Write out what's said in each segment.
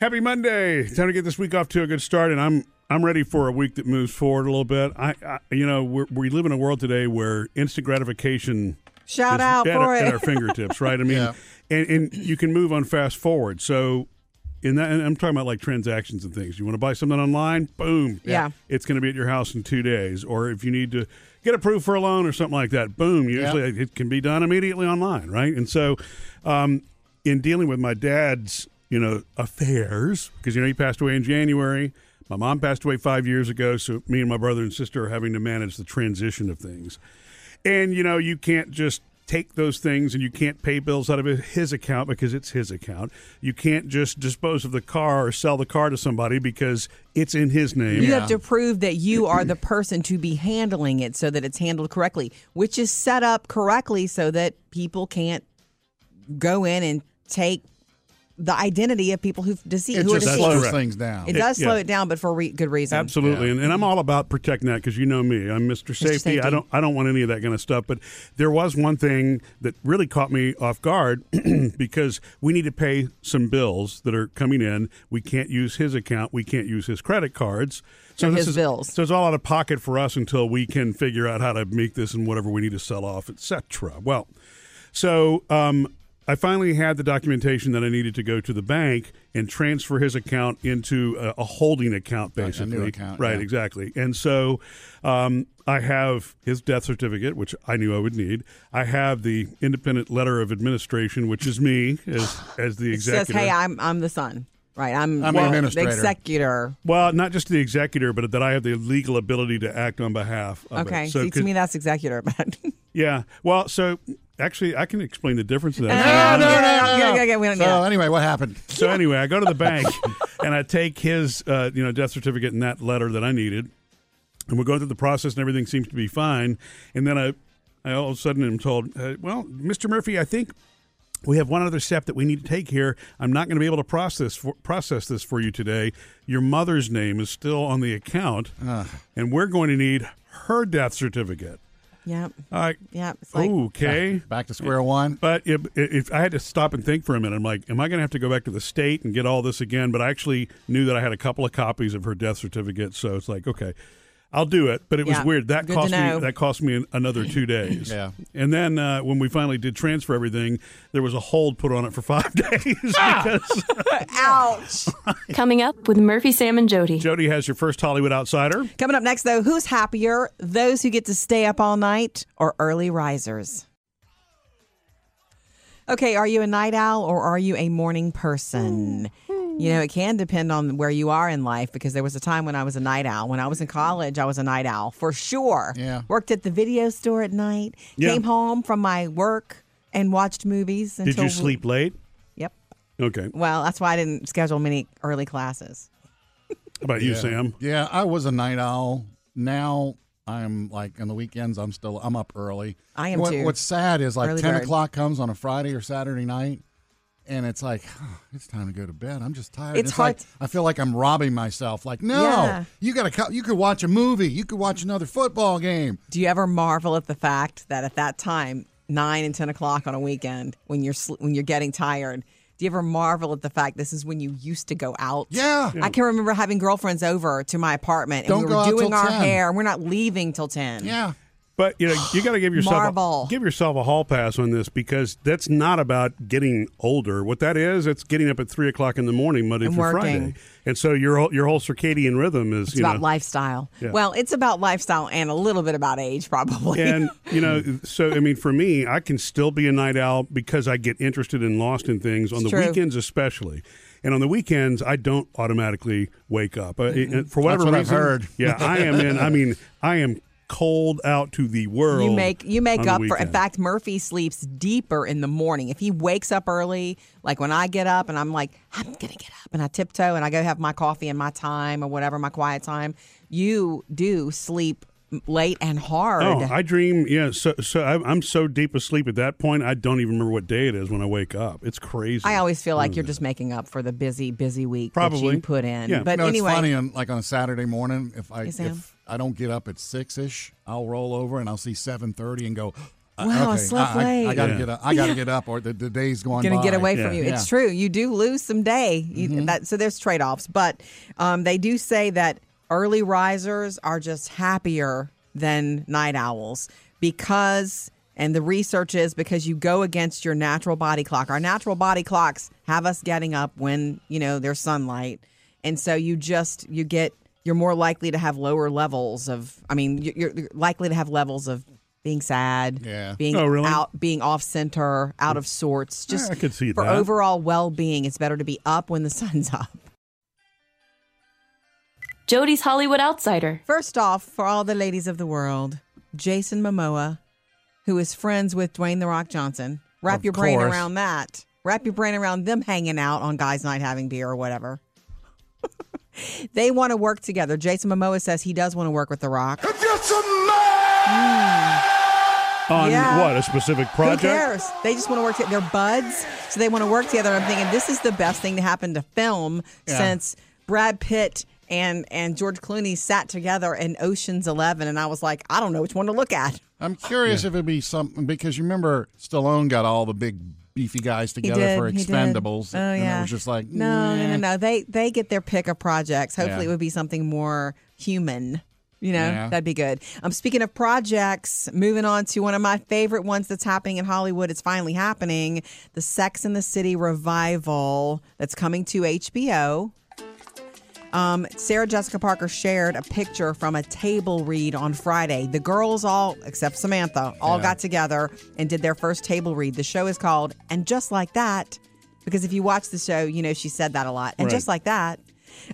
Happy Monday! Time to get this week off to a good start, and I'm I'm ready for a week that moves forward a little bit. I, I you know, we're, we live in a world today where instant gratification Shout is out at, for our, at it. our fingertips, right? I mean, Yeah. and, and you can move on fast forward. So, in that, and I'm talking about like transactions and things. You want to buy something online? Boom. Yeah. It's going to be at your house in two days. Or if you need to get approved for a loan or something like that, boom. Usually it can be done immediately online, right? And so, um, in dealing with my dad's, you know, affairs, because, you know, he passed away in January. My mom passed away five years ago. So, me and my brother and sister are having to manage the transition of things. And you know, you can't just take those things and you can't pay bills out of his account because it's his account. You can't just dispose of the car or sell the car to somebody because it's in his name. You have to prove that you are the person to be handling it so that it's handled correctly, which is set up correctly so that people can't go in and take the identity of people who've deceived. It Who are just That's deceived. slows correct. things down. It does slow yeah. it down, but for re- good reason. Absolutely, and, and I'm all about protecting that because you know me. I'm Mr. Safety. Mm-hmm. Safety. I don't I don't want any of that kind of stuff. But there was one thing that really caught me off guard because we need to pay some bills that are coming in. We can't use his account. We can't use his credit cards. So And this is, his bills. So it's all out of pocket for us until we can figure out how to make this and whatever we need to sell off, etc. Well, so um, I finally had the documentation that I needed to go to the bank and transfer his account into a, a holding account, a basically. new account, right, yeah. exactly. And so um, I have his death certificate, which I knew I would need. I have the independent letter of administration, which is me as as the It says, executor. "Hey, I'm I'm the son, right? I'm, I'm the an administrator." executor." well, not just the executor, but that I have the legal ability to act on behalf. Of Okay, it. So, see, to 'cause- me that's executor, but yeah. Well, so actually, I can explain the difference of that. No, no, no, no, Okay, no. okay, okay, we don't so need that. anyway, what happened? So anyway, I go to the bank and I take his uh, you know death certificate and that letter that I needed, and we're going through the process and everything seems to be fine, and then I, I all of a sudden am told, uh, well, Mr. Murphy, I think. We have one other step that we need to take here. I'm not going to be able to process for, process this for you today. Your mother's name is still on the account, and we're going to need her death certificate. yep, I, yep. It's like okay. Back to square one. But if, if I had to stop and think for a minute, I'm like, am I going to have to go back to the state and get all this again? But I actually knew that I had a couple of copies of her death certificate, so it's like, okay, I'll do it. But it Yeah. was weird. That Good to cost me. know. That cost me an- another two days. Yeah. And then uh, when we finally did transfer everything, there was a hold put on it for five days Ah! because ouch. Coming up with Murphy, Sam, and Jody. Jody has your first Hollywood outsider. Coming up next, though, who's happier, those who get to stay up all night or early risers? Okay, are you a night owl or are you a morning person? You know, it can depend on where you are in life because there was a time when I was a night owl. When I was in college, I was a night owl for sure. Yeah. Worked at the video store at night, Yeah. came home from my work and watched movies. Did Until you sleep late? Yep. Okay. How Well, that's why I didn't schedule many early classes. about you, Sam? Yeah, I was a night owl. Now I'm like on the weekends. I'm still I'm up early. I am what, too. What's sad is like Early ten bird. o'clock comes on a Friday or Saturday night, and it's like it's time to go to bed. I'm just tired. It's like hard- I feel like I'm robbing myself. Like no, Yeah. you got to you could watch a movie. You could watch another football game. Do you ever marvel at the fact that at that time, nine and ten o'clock on a weekend, when you're sl- when you're getting tired, do you ever marvel at the fact this is when you used to go out? Yeah. Yeah. I can remember having girlfriends over to my apartment, and Don't we go were out doing till our 10. hair. We're not leaving till ten. Yeah. But you know, you got to give yourself Marvel. a, give yourself a hall pass on this because that's not about getting older. What that is, it's getting up at three o'clock in the morning Monday And through working. Friday, and so your whole- your whole circadian rhythm is It's you about know. lifestyle. Yeah. Well, it's about lifestyle and a little bit about age, probably. And you know, so I mean, for me, I can still be a night owl because I get interested and lost in things on It's the true. weekends, especially. And on the weekends, I don't automatically wake up Uh, it- it- for whatever That's what I've reason. heard. Yeah, I am in. I mean, I am cold out to the world. You make you make on the up for. In weekend. fact, Murphy sleeps deeper in the morning. If he wakes up early, like when I get up and I'm like, I'm gonna get up, and I tiptoe and I go have my coffee and my time or whatever my quiet time. You do sleep late and hard. Oh, I dream. Yeah, so so I, I'm so deep asleep at that point, I don't even remember what day it is when I wake up. It's crazy. I always feel like you're just making up for the busy, busy week that Probably. you put in. Yeah. But no, anyway, it's funny. On, like on a Saturday morning, if I Sam? if I don't get up at six ish, I'll roll over and I'll see seven thirty and go. I- Wow, I okay, slept I, late. I, gotta Yeah. get up. I gotta get up, or the, the day's going. going to get by. away Yeah. from you. It's Yeah. Mm-hmm. true. You do lose some day. You, that, so there's trade offs. But um, they do say that early risers are just happier than night owls because, and the research is because you go against your natural body clock. Our natural body clocks have us getting up when, you know, there's sunlight. And so you just, you get, you're more likely to have lower levels of, I mean, you- you're likely to have levels of being sad, Yeah. being Oh, really? out, being off center, out of sorts, just I could see for that. overall well-being it's better to be up when the sun's up Jody's Hollywood Outsider. first off for all the ladies of the world jason momoa who is friends with dwayne the rock johnson wrap Of your brain course. around that wrap your brain around them hanging out on guys night having beer or whatever they want to work together jason momoa says he does want to work with the rock On Yeah. what? A specific project? Who cares? They just want to work together. They're buds, so they want to work together. And I'm thinking this is the best thing to happen to film Yeah. since Brad Pitt and and George Clooney sat together in Ocean's Eleven. And I was like, I don't know which one to look at. I'm curious if it'd be something because you remember Stallone got all the big beefy guys together did, for he did. Expendables. Oh, And yeah. it was just like No, no, no, no. They they get their pick of projects. Hopefully, it Yeah. would be something more human. You know, Yeah. that'd be good. Um, speaking of projects, moving on to one of my favorite ones that's happening in Hollywood. It's finally happening: the Sex and the City revival that's coming to HBO. Um, Sarah Jessica Parker shared a picture from a table read on Friday. The girls all, except Samantha, all got together and did their first table read. The show is called And Just Like That, because if you watch the show, you know she said that a lot. And Right. Just Like That.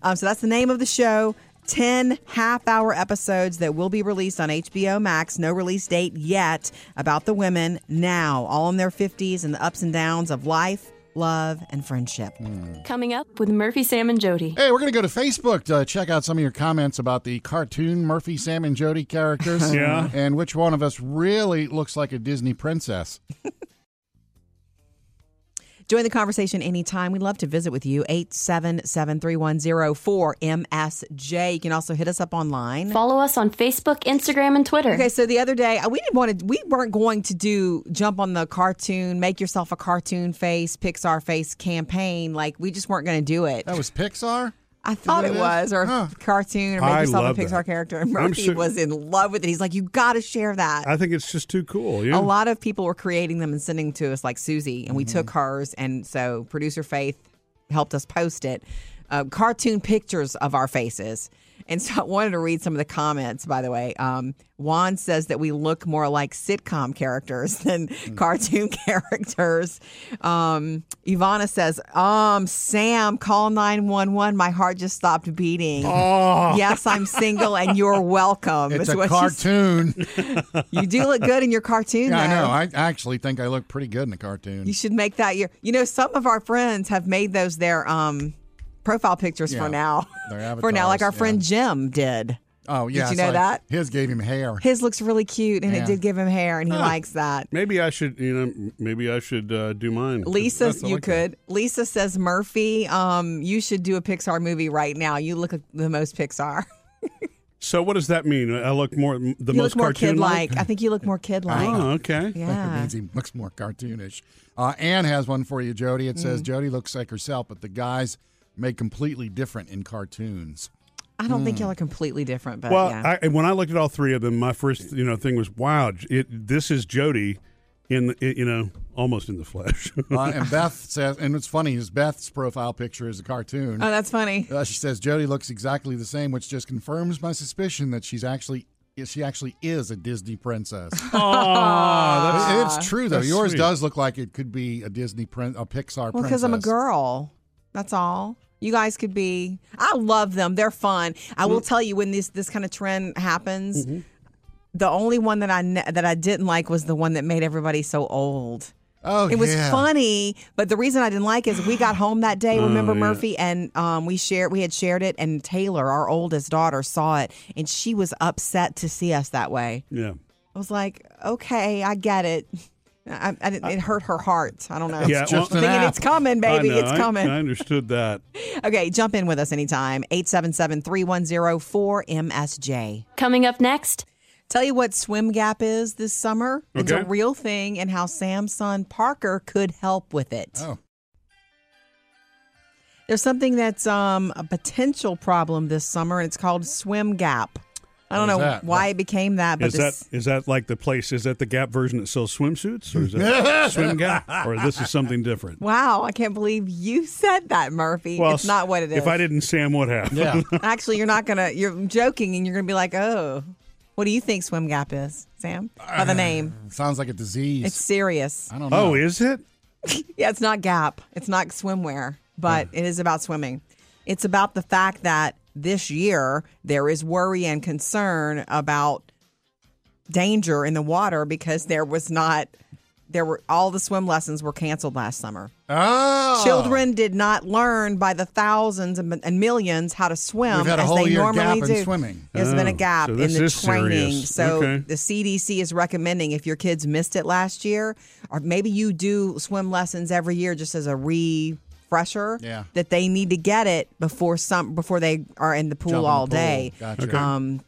Um, so that's the name of the show. 10 half hour episodes that will be released on HBO Max. No release date yet about the women now, all in their 50s and the ups and downs of life, love, and friendship. Coming up with Murphy, Sam, and Jody. Hey, we're going to go to Facebook to check out some of your comments about the cartoon Murphy, Sam, and Jody characters. Yeah. And which one of us really looks like a Disney princess. Join the conversation anytime. We'd love to visit with you. 877-3104-MSJ. You can also hit us up online. Follow us on Facebook, Instagram, and Twitter. Okay, so the other day I- we didn't want to. We weren't going to do jump on the cartoon, make yourself a cartoon face, Pixar face campaign. Like we just weren't going to do it. That was Pixar? I thought what it it was, is? or Huh. cartoon, or I make yourself love a Pixar that. character. And I'm Murphy sure- was in love with it. He's like, you got to share that. I think it's just too cool. Yeah. A lot of people were creating them and sending to us, like Susie, and we took Mm-hmm. hers. And so producer Faith helped us post it. Uh, cartoon pictures of our faces. And so I wanted to read some of the comments, by the way. Um, Juan says that we look more like sitcom characters than Mm. cartoon characters. Um, Ivana says, um, Sam, call 911. My heart just stopped beating. Yes, I'm single and you're welcome. Oh. is It's a what she said. cartoon. You do look good in your cartoon, yeah, I though. know. I actually think I look pretty good in a cartoon. You should make that your. You know, some of our friends have made those their um profile pictures Yeah. for now. Their for now, like our avatars, friend Jim did. Oh, yeah. you it's know like that? His gave him hair. His looks really cute, and Yeah. it did give him hair, and he likes that. Maybe I should, you know, maybe I should uh, do mine. Lisa, That's- I you like that. could. Lisa says, Murphy, um, you should do a Pixar movie right now. You look the most Pixar. So what does that mean? I look more the you most look more cartoon kid-like. I think you look more kid-like. Oh, okay. It Yeah. means he looks more cartoonish. Uh, Anne has one for you, Jody. It Mm. says Jody looks like herself, but the guys made completely different in cartoons. I don't think y'all are completely different, but Hmm. Well, yeah. I, when I looked at all three of them, my first you know thing was, wow, it, this is Jody, in the, you know almost in the flesh. Uh, and Beth says, and what's funny is Beth's profile picture is a cartoon. oh, that's funny. Uh, she says Jody looks exactly the same, which just confirms my suspicion that she's actually she actually is a Disney princess. oh, It- it's true though. That's Yours sweet. does look like it could be a Disney prin- a Pixar Well, princess. because I'm a girl. That's all. You guys could be. I love them. They're fun. I Mm. will tell you when this this kind of trend happens. Mm-hmm. The only one that I ne- that I didn't like was the one that made everybody so old. Oh, It was yeah. funny, but the reason I didn't like is we got home that day. Oh, Remember Murphy and um, we shared we had shared it, and Taylor, our oldest daughter, saw it, and she was upset to see us that way. yeah, I was like, okay, I get it. I, I, didn't- it hurt her heart. I don't know. Yeah, Just well- an thinking app. it's coming, baby. I know. It's I- coming. I, understood that. Okay, jump in with us anytime. 877 310 4MSJ. Coming up next, Tell you what swim gap is this summer. It's a Okay. real thing and how Samson Parker could help with it. Oh, There's something that's um, a potential problem this summer, and it's called swim gap. I don't What is know that? why it became that, but Is this, that is that like the place? Is that the Gap version that sells swimsuits, or is that swim Gap, or this is something different? wow, I can't believe you said that, Murphy. it's not what it is. If I didn't, Sam would have. yeah. Actually, you're not gonna. You're joking, and you're gonna be like, "Oh, what do you think swim gap is, Sam? By the name, Sounds like a disease. it's serious. I don't know. oh, is it? Yeah, it's not Gap. It's not swimwear, but it is about swimming. It's about the fact that this year there is worry and concern about danger in the water because there was not there were all the swim lessons were canceled last summer. Oh. Children did not learn by the thousands and and millions how to swim We've had a as whole they year normally gap do. in swimming. There's been a Oh, gap so in this the is training. serious. So Okay. the CDC is recommending if your kids missed it last year, or maybe you do swim lessons every year just as a refresher, Yeah. that they need to get it before some before they are in the pool Jump in the all pool. day. Gotcha. Um,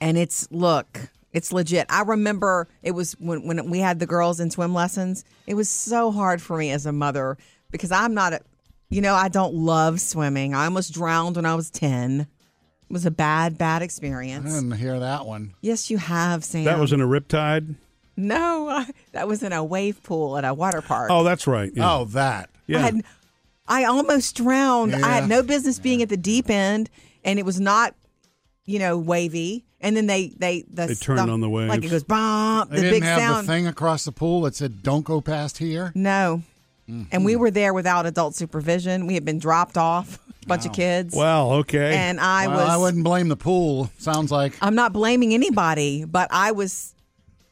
and it's look, it's legit. I remember it was when when we had the girls in swim lessons. It was so hard for me as a mother because I'm not a, you know, I don't love swimming. I almost drowned when I was ten. It was a bad, bad I experience. didn't hear that one. Yes, you have, Sam. That was in a riptide. no, I, that was in a wave pool at a water park. Oh, that's right. Yeah. Oh, that. I, yeah. had, I almost drowned. I Yeah. had no business being at the deep end, and it was not, you know, wavy. And then they they the They turned stuff- on the waves. like it goes bump. They the didn't big have sound. the thing across the pool that said "Don't go past here." No, and Mm-hmm. we were there without adult supervision. We had been dropped off, a bunch of kids, well, okay. and I Well, was. Oh, I wouldn't blame the pool. Sounds like I'm not blaming anybody, but I was.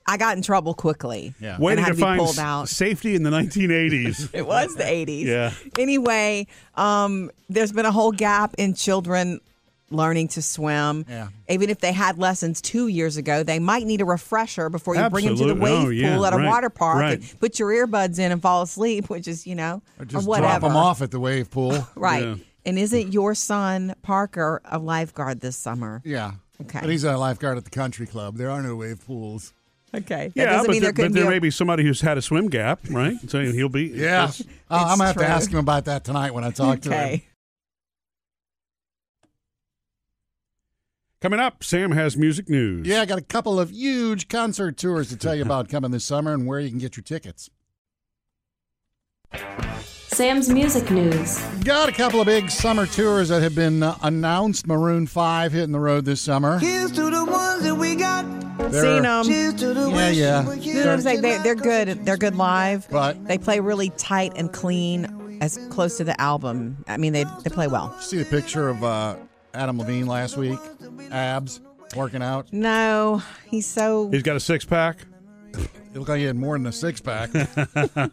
I got in trouble quickly. Yeah. Way and to I had to be define pulled s- out. safety in the 1980s. It was the 80s. Yeah. Anyway, um, there's been a whole gap in children learning to swim. Yeah. Even if they had lessons two years ago, they might need a refresher before you bring them to the Absolutely. wave Oh, yeah, pool at a right, water park and right. put your earbuds in and fall asleep, which is, you know, or just whatever. drop them off at the wave pool. Right. Yeah. And isn't your son, Parker, a lifeguard this summer? yeah. Okay. But he's a lifeguard at the country club. There are no wave pools. Okay. That yeah, doesn't but mean there, there but couldn't there be a- may be somebody who's had a swim gap, right? So he'll be. Yeah. Uh, I'm gonna have true. to ask him about that tonight when I talk to him. Okay. Coming up, Sam has music news. Yeah, I got a couple of huge concert tours to tell you about coming this summer and where you can get your tickets. Sam's Music News. Got a couple of big summer tours that have been uh, announced. Maroon 5 hitting the road this summer. Here's to the ones that we got. They're- Seen them. Cheers to the Yeah, yeah. You know what I'm saying? They, they're good. They're good live. But- they play really tight and clean, as close to the album. I mean, they they play well. See the picture of uh, Adam Levine last week? Abs, working out. No, he's so He's got a six pack. It looked like he had more than a six pack.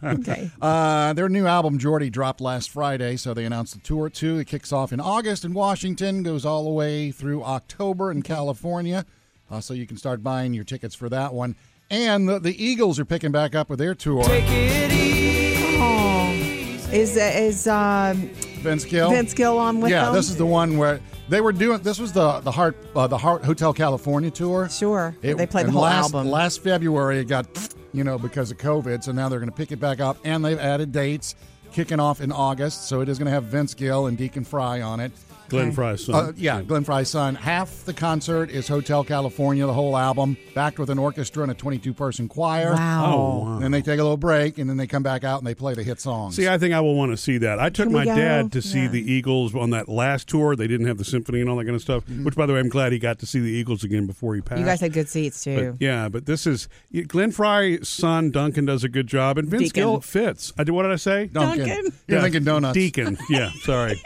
okay. Uh, their new album, Geordie, dropped last Friday, so they announced the tour too. It kicks off in August in Washington, goes all the way through October in California. Uh, so you can start buying your tickets for that one. And the, the Eagles are picking back up with their tour. Is is um, Vince Gill. Vince Gill on with Oh. yeah, them? this is the one where they were doing. This was the the Heart uh, the Heart Hotel California tour. Sure. They played the and whole last, album. Last February, it got you know because of COVID, so now they're going to pick it back up, and they've added dates, kicking off in August. So it is going to have Vince Gill and Deacon Fry on it. Glenn Fry's son. Uh, yeah, Glenn Fry's son. Half the concert is Hotel California, the whole album, backed with an orchestra and a 22 person choir. Wow. Oh, wow. Then they take a little break, and then they come back out and they play the hit songs. See, I think I will want to see that. I took Can we my go? dad to see Yeah. the Eagles on that last tour. They didn't have the symphony and all that kind of stuff. Which, by the way, I'm glad he got to see the Eagles again before he passed. Mm-hmm. You guys had good seats too. But, yeah, but this is Glenn Fry's son Duncan does a good job, and Vince Deacon. Gill fits. I did. What did I say? Duncan, Duncan. you're Yeah, thinking donuts. Deacon. Yeah, sorry.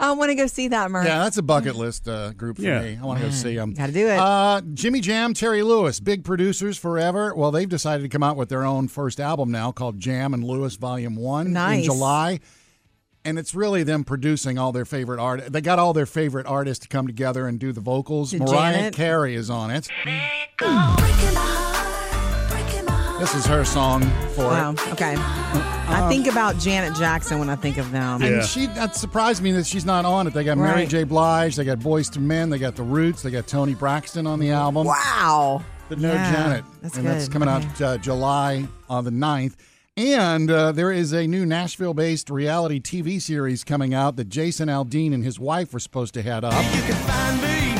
I want to go see that, Murph. Yeah, that's a bucket list uh, group for Yeah. me. I want to go see them. Gotta do it. Uh, Jimmy Jam, Terry Lewis, big producers forever. Well, they've decided to come out with their own first album now called Jam and Lewis Volume 1 in Nice. July. And it's really them producing all their favorite art. They got all their favorite artists to come together and do the vocals. Did Mariah Janet- Carey is on it. Breaking my heart, breaking my heart. This is her song for Wow. it. Okay. Um, I think about Janet Jackson when I think of them. Yeah. And she that surprised me that she's not on it. They got Mary Right. J. Blige, they got Boys to Men, they got The Roots, they got Tony Braxton on the album. Wow. But no Yeah, Janet. That's and good. that's coming Okay. out uh, July on the 9th. And uh, there is a new Nashville based reality TV series coming out that Jason Aldean and his wife were supposed to head up.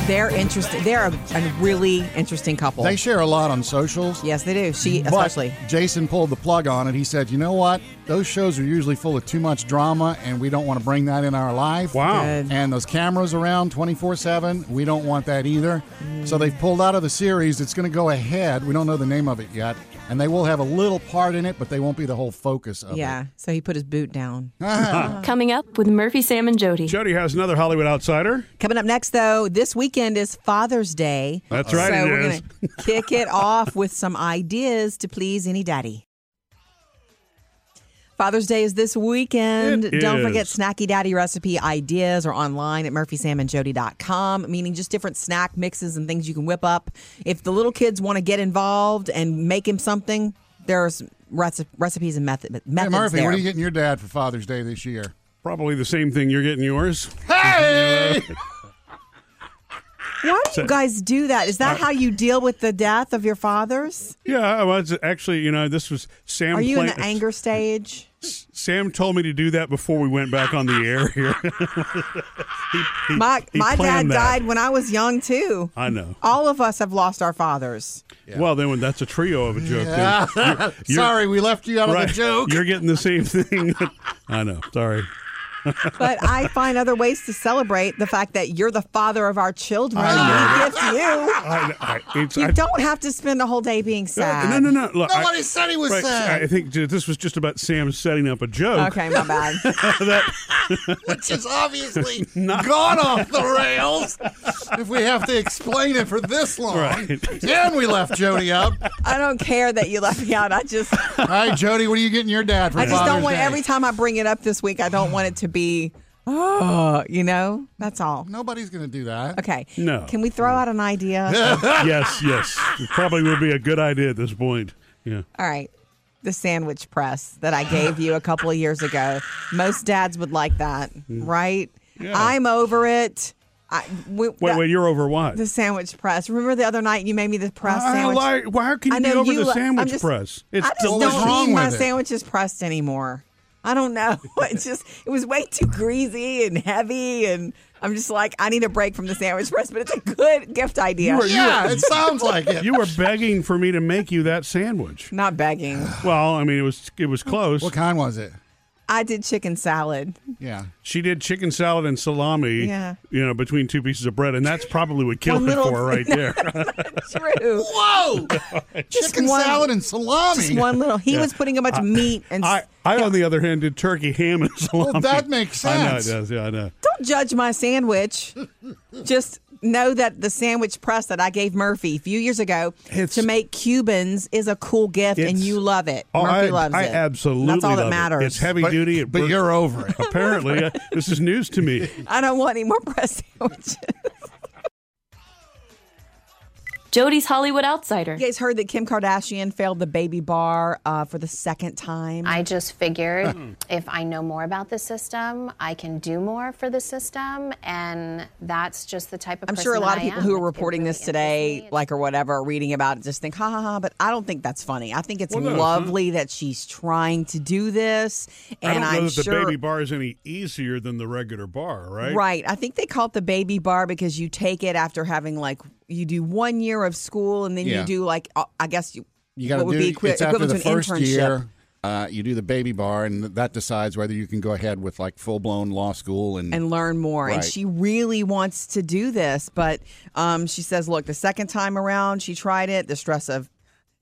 They're interesting. They're a, a really interesting couple. They share a lot on socials. yes, they do. She But especially. Jason pulled the plug on it. He said, "You know what? Those shows are usually full of too much drama, and we don't want to bring that in our life. Wow. Good. And those cameras around 24 7, we don't want that either. Mm. So they've pulled out of the series. It's going to go ahead. We don't know the name of it yet. And they will have a little part in it, but they won't be the whole focus of it. Yeah. So he put his boot down. Coming up with Murphy, Sam, and Jody. Jody has another Hollywood outsider. Coming up next, though, this weekend is Father's Day. That's right, So it we're is. gonna kick it off with some ideas to please any daddy. Father's Day is this weekend. It Don't is. forget snacky daddy recipe ideas are online at murphysamandjody.com, meaning just different snack mixes and things you can whip up. If the little kids want to get involved and make him something, there's reci- recipes and method- Hey, methods Murphy, there. what are you getting your dad for Father's Day this year? Probably the same thing you're getting yours. Hey! Why do you guys do that? Is that how you deal with the death of your fathers? Yeah, I was actually, you know, this was Sam. Are you in Plant- the anger stage? Sam told me to do that before we went back on the air here. My he my dad planned that. died when I was young too. I know. All of us have lost our fathers. Well, then that's a trio of a joke. then. You're- Sorry, we left you out of Right. the joke. You're getting the same thing. I know. Sorry. But I find other ways to celebrate the fact that you're the father of our children. I We gift you. I, I, it's, You I, don't have to spend a whole day being sad. Uh, No, no, no. Look, I- Nobody said he was right, sad. I think ju- this was just about Sam setting up a joke. Okay, my bad. That- which is obviously gone off the rails. if we have to explain it for this long, Right. and we left Jody up. I don't care that you left me out. I just All right, Jody, what are you getting your dad for I just Father's don't want Day? every time I bring it up this week, I don't want it to be oh, you know? That's all. Nobody's going to do that. Okay. No. Can we throw out an idea? yes, yes. It probably would be a good idea at this point. Yeah. All right. The sandwich press that I gave you a couple of years ago. Most dads would like that, right? Mm. Yeah. I'm over it. I, we, Wait, the, wait. You're over what? the sandwich press. Remember the other night you made me the press I sandwich? like- why- how can you I be know over you the li- I'm sandwich just- press? It's I just delicious. What was wrong don't eat my with it? sandwiches pressed anymore. I don't know. It just it was way too greasy and heavy, and I'm just like I need a break from the sandwich press. But it's a good gift idea. Yeah, it sounds like it. You were begging for me to make you that sandwich. Not begging. Well, I mean, it was it was close. what kind was it? I did chicken salad. Yeah. She did chicken salad and salami. Yeah. You know, between two pieces of bread, and that's probably what killed One it little- for her right there. True. Whoa! Chicken one- salad and salami. Just one little. He was putting a bunch of meat and. I, s I on the other hand, did turkey ham and salami. that makes I know it sense. does. Yeah, I know. don't judge my sandwich. Just know that the sandwich press that I gave Murphy a few years ago It's- to make Cubans is a cool gift, and It's- you love it. Oh, Murphy I, loves I it. absolutely. That's all love that it. matters. It's heavy But, duty. It but works- you're over it. apparently uh, this is news to me. I don't want any more press sandwiches. Jody's Hollywood Outsider. You guys heard that Kim Kardashian failed the baby bar uh, for the second time. I just figured if I know more about the system, I can do more for the system, and that's just the type of. I'm sure a person lot of that I people am. who It are reporting really this today, interests me. like or whatever, or reading about it, just think, ha ha ha. But I don't think that's funny. I think it's Well, no, it's lovely that she's trying to do this, I don't and know am that sure. the baby bar is any easier than the regular bar, right? Right. I think they call it the baby bar because you take it after having like you do one year of school and then Yeah. you do like uh, I guess you, You got what to would do be equi- it's after equivalent the to an first internship. year. Uh, you do the baby bar, and that decides whether you can go ahead with like full blown law school and, and learn more. And Mm-hmm. Right. she really wants to do this, but um, she says, look, the second time around, she tried it. The stress of,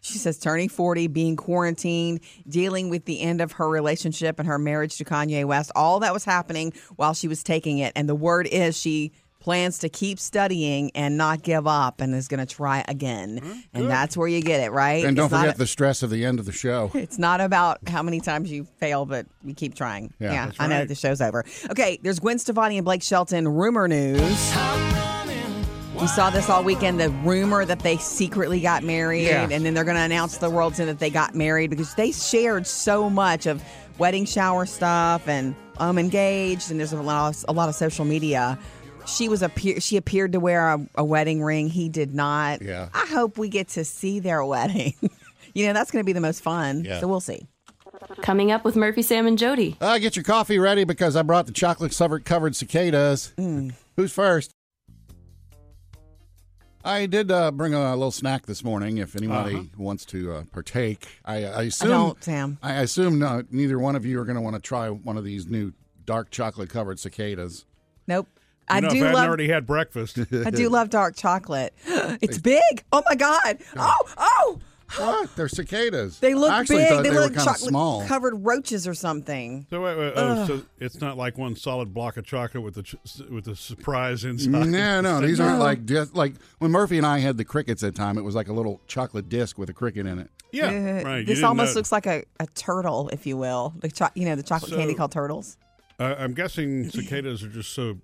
she says, turning 40, being quarantined, dealing with the end of her relationship and her marriage to Kanye West, all that was happening while she was taking it. And the word is she plans to keep studying and not give up and is going to try again. and that's where you get it, right? Mm-hmm. and don't It's not forget a- the stress of the end of the show. it's not about how many times you fail, but you keep trying. Yeah, Yeah, that's I know right. the show's over. Okay, there's Gwen Stefani and Blake Shelton rumor news. You saw this all weekend the rumor that they secretly got married, Yeah. and then they're going to announce to the world's end that they got married because they shared so much of wedding shower stuff and um engaged, and there's a lot of, a lot of social media. She was appear she appeared to wear a, a wedding ring. He did not. Yeah. I hope we get to see their wedding. you know that's going to be the most fun. Yeah. So we'll see. Coming up with Murphy, Sam, and Jody. Uh, get your coffee ready because I brought the chocolate covered covered cicadas. Mm. Who's first? I did uh, bring a little snack this morning. If anybody wants to uh, partake, I, I assume Uh-huh. don't, Sam. I assume uh, neither one of you are going to want to try one of these new dark chocolate covered cicadas. Nope. You I know, do if I hadn't love already had breakfast. I do love dark chocolate. It's big. Oh my god. Oh oh. What? They're cicadas. They look I actually big. Thought they, they, look were kind of chocolate small. covered roaches or something. So, wait, wait, oh, so it's not like one solid block of chocolate with the ch- with the surprise inside. No, no, these aren't like dis- like when Murphy and I had the crickets at time. It was like a little chocolate disc with a cricket in it. yeah, Uh, right. you This didn't almost know. looks like a, a turtle, if you will. The cho- you know the chocolate So- candy called turtles. Uh, I'm guessing cicadas are just so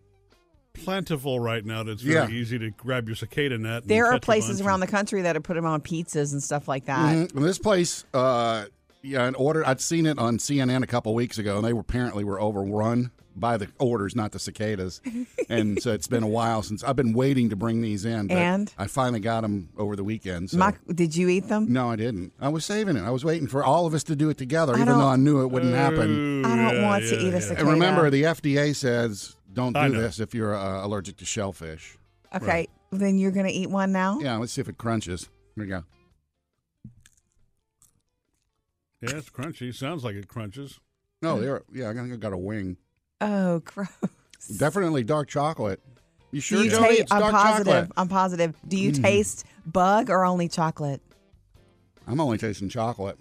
plentiful right now that it's very Yeah. easy to grab your cicada net. and There are catch a places bunch around and- the country that have put them on pizzas and stuff like that. Mhm. Well, This place, uh, yeah, an order. I'd seen it on CNN a couple weeks ago, and they were apparently were overrun by the orders, not the cicadas. and so it's been a while since I've been waiting to bring these in. But And? I finally got them over the weekend. So. My, did you eat them? no, I didn't. I was saving it. I was waiting for all of us to do it together, I even though don't- I knew it wouldn't happen. Ooh, I don't yeah, want to yeah, eat a yeah. cicada. And remember, the FDA says don't I do know. this if you're uh, allergic to shellfish. Okay, Right. then you're gonna eat one now. Yeah, let's see if it crunches. Here we go. Yeah, it's crunchy. Sounds like it crunches. Hmm. No, they're yeah. I think I got a wing. Oh, gross. Definitely dark chocolate. You Do sure? you Jody? ta- it's I'm dark positive. chocolate. Mm-hmm. I'm positive. Do you taste bug or only chocolate? I'm only tasting chocolate.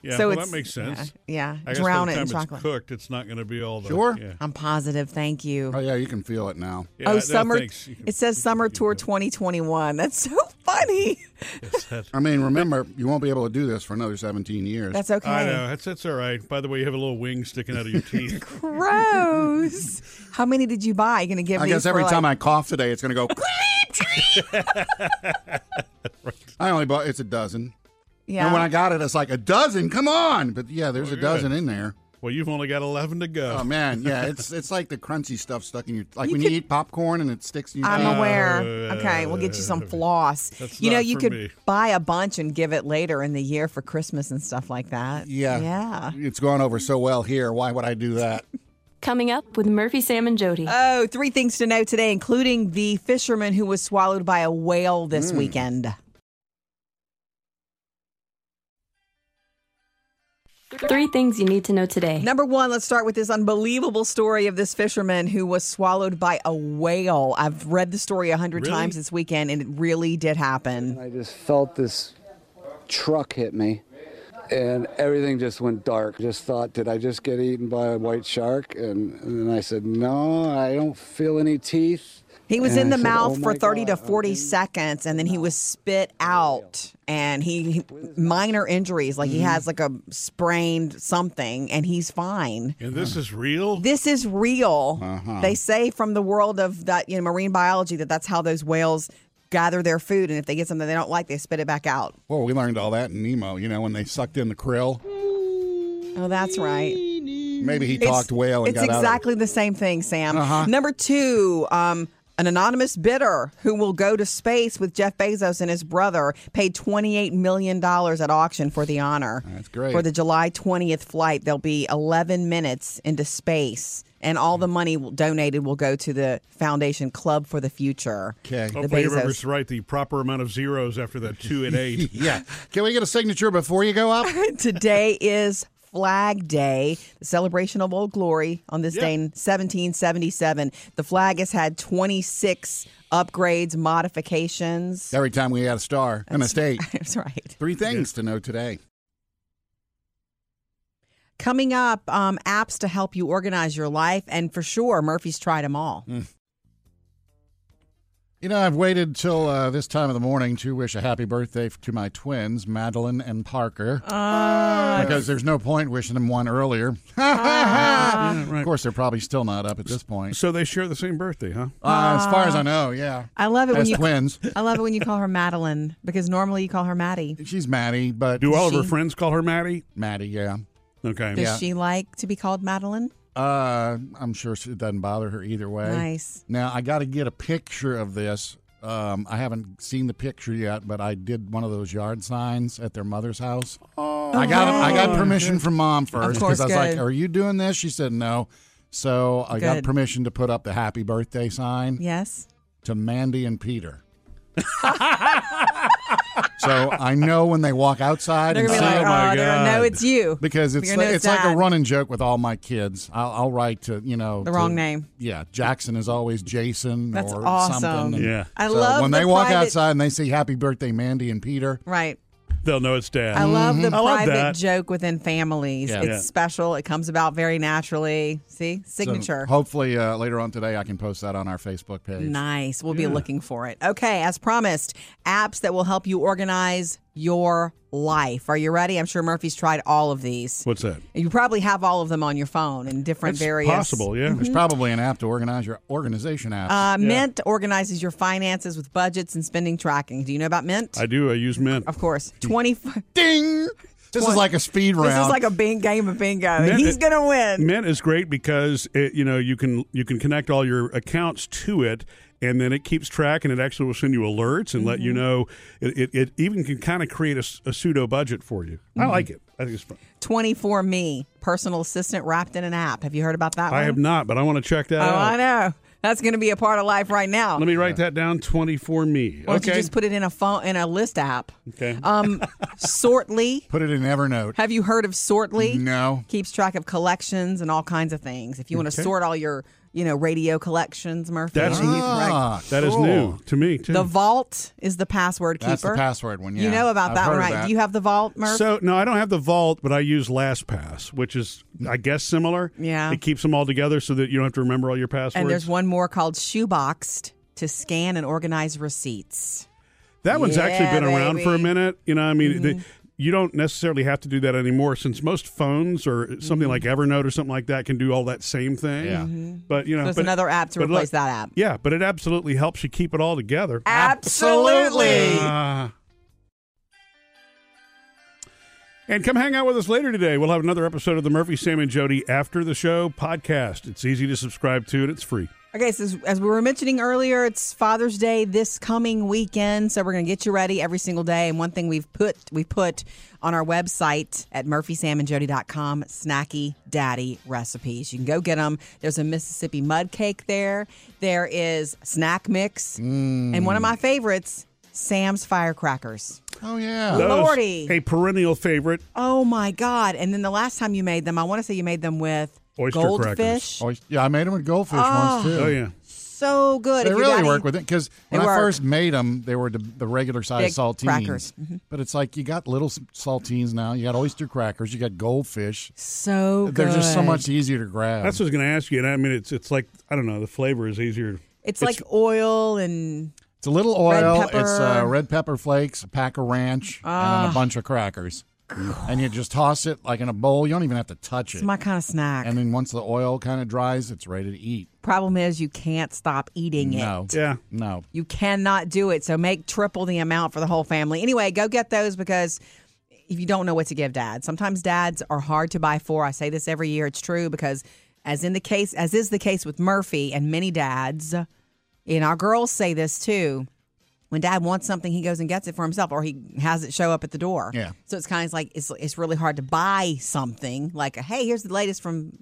Yeah, so well, it's, that makes sense. Yeah, I yeah. guess by drown the it time in it's chocolate. Oh, cooked, it's not going to be all the Sure. Yeah. I'm positive. Thank you. Oh yeah, you can feel it now. Yeah, oh, no, summer. thanks. You can- it says you can summer keep tour that. 2021. That's so funny. Yes, that's- I mean, remember, you won't be able to do this for another 17 years. That's okay. I know. That's, that's all right. By the way, you have a little wing sticking out of your teeth. Gross. How many did you buy? You gonna give? I these guess every for, time like, I cough today, it's gonna go. I only bought it's a dozen. yeah. And when I got it, it's like a dozen. Come on, but yeah, there's a dozen in there. well, you've only got 11 to go. Oh man, yeah, it's it's like the crunchy stuff stuck in your like You when could- you eat popcorn and it sticks in your. I'm teeth. aware. Okay, we'll get you some floss. Oh, That's you know, not you for could me. buy a bunch and give it later in the year for Christmas and stuff like that. Yeah. Yeah. It's gone over so well here. Why would I do that? Coming up with Murphy, Sam, and Jody. Oh, three things to know today, including the fisherman who was swallowed by a whale this Hmm. weekend. Three things you need to know today. Number one, let's start with this unbelievable story of this fisherman who was swallowed by a whale. I've read the story a hundred Really? times this weekend, and it really did happen. I just felt this truck hit me and everything just went dark. Just thought, did I just get eaten by a white shark? And, and then I said, no, I don't feel any teeth. He was in And I the said, mouth "Oh for 30 my to God, Oh, I'm 40 in seconds, and then he was spit out, and he he- minor injuries, like he has like a sprained something, and he's fine. and this is real? This is real. They say from the world of that you know, marine biology that that's how those whales gather their food, and if they get something they don't like, they spit it back out. Well, we learned all that in Nemo, you know, when they sucked in the krill. Oh, that's right. Maybe he It's- talked whale and it's got out. Uh-huh. exactly the same thing, Sam. Number two, um, an anonymous bidder who will go to space with Jeff Bezos and his brother paid $28 million at auction for the honor. That's great. For the July 20th flight, they'll be 11 minutes into space, and all the money will- donated will go to the Foundation Club for the Future. Okay. The Hopefully, you remember Bezos. to write the proper amount of zeros after that two and eight. Yeah. Can we get a signature before you go up? Today is Flag Day, the celebration of old glory. On this day in 1777, the flag has had 26 upgrades, modifications. Every time we had a star, an estate. That's right. Three things to know today. Coming up, um, apps to help you Mm. organize your life, and for sure, Murphy's tried them all. You know, I've waited till uh, this time of the morning to wish a happy birthday f- to my twins, Madeline and Parker, Ah. because there's no point wishing them one earlier. Ah. Of course, they're probably still not up at this point. So they share the same birthday, huh? Uh, as far as I know, yeah. I love it Ah. when As you twins. I love it when you call her Madeline because normally you call her Maddie. She's Maddie, but Do all of She- her friends call her Maddie? Maddie, yeah. Okay. Does Yeah. she like to be called Madeline? Uh, I'm sure she- it doesn't bother her either way. Nice. Now I got to get a picture of this. Um, I haven't seen the picture yet, but I did one of those yard signs at their mother's house. Oh, I got I got permission from mom first course, I was like, good. "Are you doing this?" She said no, so I got Good. permission to put up the happy birthday sign Yes. to Mandy and Peter. so I know when they walk outside They're and gonna see be like, it, my oh, they're gonna know God. it's you because They're it's gonna know it's like a Dad. running joke with all my kids. I'll, I'll write to you know The to- wrong name. Yeah, Jackson is always Jason That's or awesome. something. Yeah. I so love when the they walk private- outside and they say "Happy Birthday, Mandy and Peter." Right. They'll know it's dad. I love the Mm-hmm. I love private that. joke within families. Yeah. It's Yeah. special. It comes about very naturally. See? So Signature. hopefully, uh, later on today, I can post that on our Facebook page. Nice. We'll be looking for it. Okay, as promised, apps that will help you organize your life. Are you ready? I'm sure Murphy's tried all of these. What's that? You probably have all of them on your phone in different It's various Mm-hmm. possible, yeah. There's probably an app to organize your organization apps. Uh, Mint organizes your finances with budgets and spending tracking. Do you know about Mint? I do. I use Mint. of course. 20 Ding! This is like a speed round. This is like a bing game of bingo. Mint- He's going to win. Mint is great because it, you know you can you can connect all your accounts to it, and then it keeps track, and it actually will send you alerts and let you Mm-hmm. know. It, it, it even can kind of create a s- a, pseudo budget for you. I Mm-hmm. like it. I think it's fun. 24me, personal assistant wrapped in an app. Have you heard about that I one? have not, but I want to check that Oh, I out. know. That's going to be a part of life right now. Let me write that down. Twenty four me. Why don't okay. you just put it in a phone in a list app? okay. Um, Sortly. Put it in Evernote. Have you heard of Sortly? No. Keeps track of collections and all kinds of things. If you want to sort all your, you know, radio collections, Murphy, That's- then you can write- Ah, That is cool. new to me too. The Vault is the password keeper. That's the password one. Yeah, You know about I've that one, heard of right? that. Do you have the Vault, Murph? So no, I don't have the vault, but I use LastPass, which is I guess similar. Yeah. it keeps them all together so that you don't have to remember all your passwords. and there's one more called Shoeboxed to scan and organize receipts. That one's Yeah, actually been around for a baby. Mm-hmm. minute. You know, I mean, the, you don't necessarily have to do that anymore since most phones or something like Mm-hmm. Evernote or something like that can do all that same thing. Yeah. But you know, So it's but- another app to but replace look- that app. Yeah, but it absolutely helps you keep it all together. Absolutely. Ah. and come hang out with us later today. We'll have another episode of the Murphy, Sam, and Jody After the Show podcast. It's easy to subscribe to and it's free. Okay, so as, as we were mentioning earlier, it's Father's Day this coming weekend, so we're going to get you ready every single day. And one thing we've put we put on our website at murphysamandjody.com, snacky daddy recipes. You can go get them. There's a Mississippi mud cake there. There is snack mix, Mm. and one of my favorites, Sam's firecrackers. Oh yeah. Those- Lordy. A perennial favorite. Oh my god! And then the last time you made them, I want to say you made them with Oyster goldfish. crackers. Oh, yeah, I made them with goldfish once too. Oh, yeah. So good. They If your really daddy- work with it because They when I work. first made them, they were the, the regular Big size saltines. crackers. Mm-hmm. But it's like you got little s- saltines now. You got oyster crackers. You got goldfish. So good. They're just so much easier to grab. That's what I was going to ask you. And I mean, it's it's like I don't know. The flavor is easier. It's, like oil and it's a little Red oil. It's uh, pepper. Ah. red pepper flakes, a pack of ranch, and then a bunch of crackers. And you just toss it like in a bowl. You don't even have to touch it. it's my kind of snack. and then once the oil kind of dries, it's ready to eat. Problem is, you can't stop eating No. it. Yeah. No. You cannot do it. So make triple the amount for the whole family. Anyway, go get those because if you don't know what to give dad, sometimes dads are hard to buy for. I say this every year. It's true because as in the case as is the case with Murphy and many dads, and our girls say this too. When dad wants something, he goes and gets it for himself, or he has it show up at the door. Yeah. So it's kind of like it's it's really hard to buy something like, hey, here's the latest from.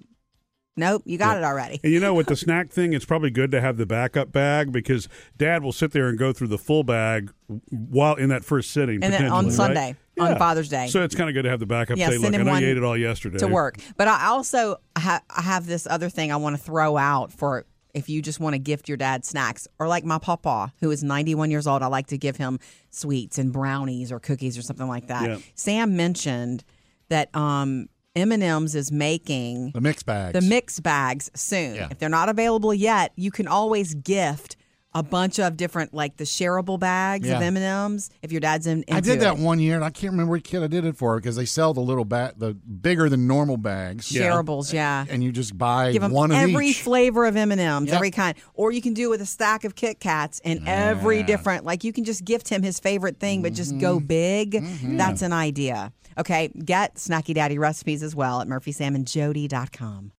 Nope, you got it already. And you know, with the snack thing, it's probably good to have the backup bag because Dad will sit there and go through the full bag while in that first sitting. And then on potentially, right? Sunday, on Father's Day. So it's kind of good to have the backup. Yeah, say, send look, I him know one you ate it all yesterday. to work. But I also ha- I have this other thing I want to throw out for if you just want to gift your dad snacks or like my papa who is 91 years old, I like to give him sweets and brownies or cookies or something like that. Yeah. Sam mentioned that um M&Ms is making The mixed bags. the mix bags soon. Yeah. If they're not available yet, you can always gift a bunch of different like the shareable bags of Yeah. M and M's. If your dad's in, I did into that it. one year, and I can't remember what kid I did it for because they sell the little bag, the bigger than normal bags, shareables, yeah. and you just buy Give them one of every each. flavor of M and M's, Yep. every kind, or you can do it with a stack of Kit Kats and every different. Like you can just gift him his favorite thing, but just go big. That's an idea. Okay, get Snacky Daddy recipes as well at murphysamandjody.com.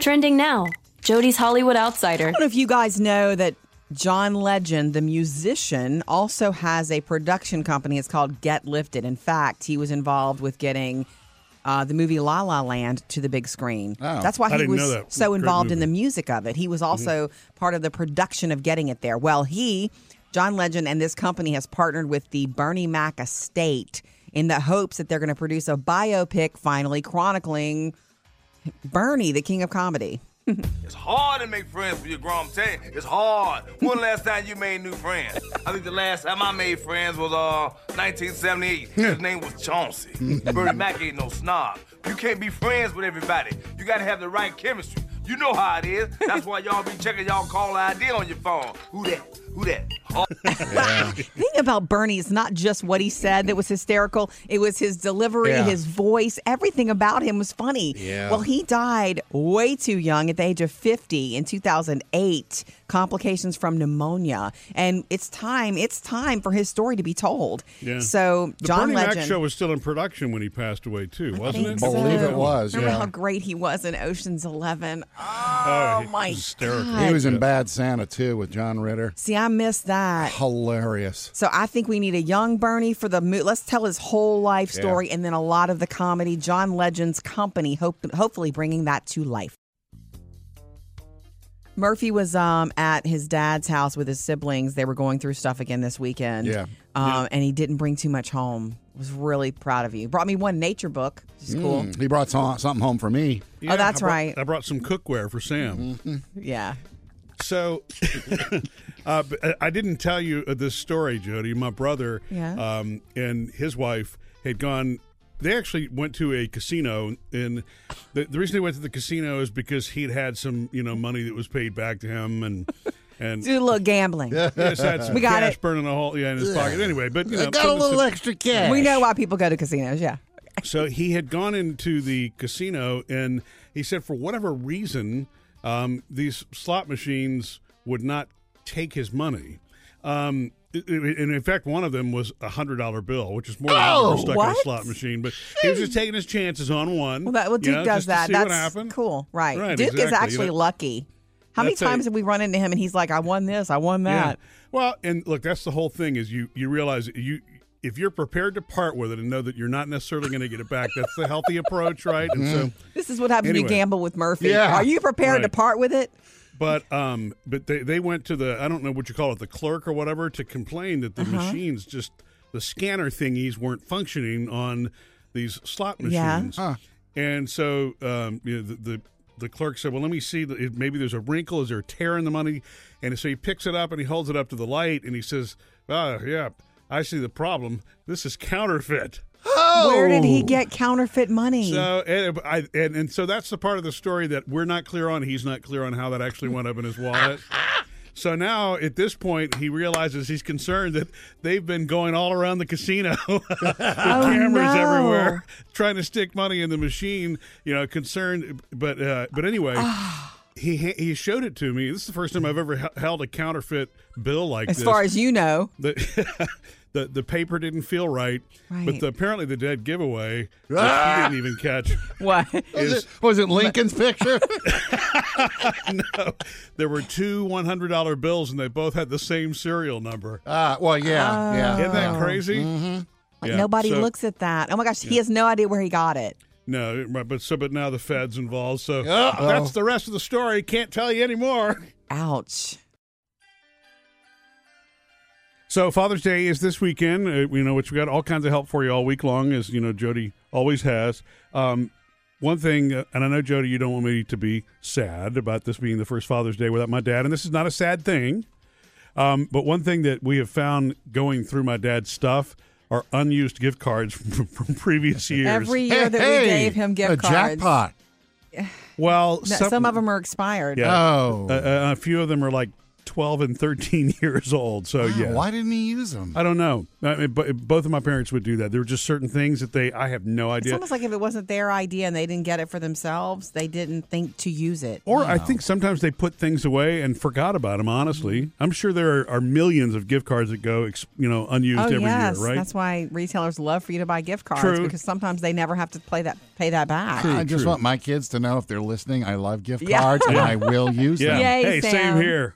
Trending now Jody's Hollywood Outsider. I don't know if you guys know that John Legend, the musician, also has a production company. It's called Get Lifted. In fact, he was involved with getting uh, the movie La La Land to the big screen. Oh. That's why I he didn't know was that. so Great involved in the movie. Mm-hmm. music of it. He was also part of the production of getting it there. Well, he, John Legend, and this company has partnered with the Bernie Mac estate in the hopes that they're going to produce a biopic finally chronicling Bernie, the king of comedy. It's hard to make friends with your grown tank. It's hard. When last time you made new friends? I think the last time I made friends was uh 1978. His name was Chauncey. Bernie Mac ain't no snob. You can't be friends with everybody. You gotta have the right chemistry. You know how it is. That's why y'all be checking y'all call ID on your phone. Who that? Who that? Hard The thing about Bernie is not just what he said that was hysterical. It was his delivery, Yeah. his voice, everything about him was funny. Yeah. Well, he died way too young at the age of 50 in 2008, complications from pneumonia. And it's time, it's time for his story to be told. Yeah. So, The John Bernie Legend. Mac show was still in production when he passed away too, wasn't think it? so. Believe it was, Remember yeah. how great he was in Ocean's 11? Oh, Oh, my hysterical. God. He was in Bad Santa too with John Ritter. See, I missed that. Hilarious. So I think we need a young Bernie for the mo- let's tell his whole life Yeah. story and then a lot of the comedy. John Legend's company, hope- hopefully bringing that to life. Murphy was um, at his dad's house with his siblings. They were going through stuff again this weekend. Yeah. Um, and he didn't bring too much home. Was really proud of you. Brought me one nature book, which is cool. Mm, He brought so- something home for me. Yeah, oh, I that's brought- right. Mm-hmm. I brought some cookware for Sam. Yeah. So, uh, but I- I didn't tell you uh, this story, Jody. My brother Yeah. um, and his wife had gone. They actually went to a casino, and the, the reason they went to the casino is because he'd had some, you know, money that was paid back to him, and and Do a little gambling. just had some We got cash it. burning a hole, yeah, in his pocket. Anyway, but you know, got a putting little some- extra cash. We know why people go to casinos. Yeah. so he had gone into the casino and he said for whatever reason um, these slot machines would not take his money um, i- i- and in fact one of them was a hundred dollar bill which is more than I've ever Oh, stuck in a what? slot machine but he was just taking his chances on one Well, that, well you Duke know, does just to that. see what That's happened. cool, right? Right, Duke is exactly. actually That- lucky. How many that's a- times have we run into him and he's like, "I won this, I won that." Well, and look, that's the whole thing is you you realize that you if you're prepared to part with it and know that you're not necessarily going to get it back, that's the healthy approach, right? And so This is what happens Anyway. when you gamble with Murphy. Yeah. Are you prepared to Right. part with it? But um, but they they went to the I don't know what you call it the clerk or whatever to complain that the machines just the scanner thingies weren't functioning on these slot Yeah. machines. And so um, you know, the, the the clerk said, "Well, let me see. the- If maybe there's a wrinkle. Is there a tear in the money?" And so he picks it up and he holds it up to the light and he says, "Ah, yeah, I see the problem. This is counterfeit." Where did he get counterfeit money? Oh. So and, I, and and so that's the part of the story that we're not clear on. He's not clear on how that actually went up in his wallet. So now at this point, he realizes he's concerned that they've been going all around the casino with cameras Oh, no. everywhere, trying to stick money in the machine. You know, concerned. But uh, but anyway. He, he showed it to me. This is the first time I've ever he- held a counterfeit bill like as this far as you know, the the, the paper didn't feel right, but Right. the, apparently the dead giveaway which he didn't even catch. what? Was Is, it, was it Lincoln's picture? no, there were two one hundred dollar bills and they both had the same serial number. uh, well, yeah, Oh. yeah. Isn't that crazy? Like Yeah, nobody so- looks at that. Oh my gosh, he has no idea where he got it. No, right, but so but now the Fed's involved, so Uh-oh. that's the rest of the story. Can't tell you anymore. Ouch. So Father's Day is this weekend. Uh, you know, which we got all kinds of help for you all week long, as you know Jody always has. Um, one thing, uh, and I know Jody, you don't want me to be sad about this being the first Father's Day without my dad, and this is not a sad thing. Um, but one thing that we have found going through my dad's stuff are unused gift cards from, from previous years. Every year that we Hey, gave him gift a cards, jackpot. Well, No, some, of them are expired. Yeah. Oh. Uh, uh, a few of them are like 12 and 13 years old. So, Wow, Oh, yeah. Why didn't he use them? I don't know. I mean, but both of my parents would do that. There were just certain things that they, I have no It's idea. almost like if it wasn't their idea and they didn't get it for themselves, they didn't think to use it. Or I think sometimes they put things away and forgot about them. Honestly, Mm-hmm. I'm sure there are, are millions of gift cards that go, ex- you know, unused oh every yes, year, right? that's why retailers love for you to buy gift cards True. because sometimes they never have to play that pay that back. I just true. want my kids to know if they're listening, I love gift Yeah. cards and I will use yeah. them. Yay, hey, Sam. same here.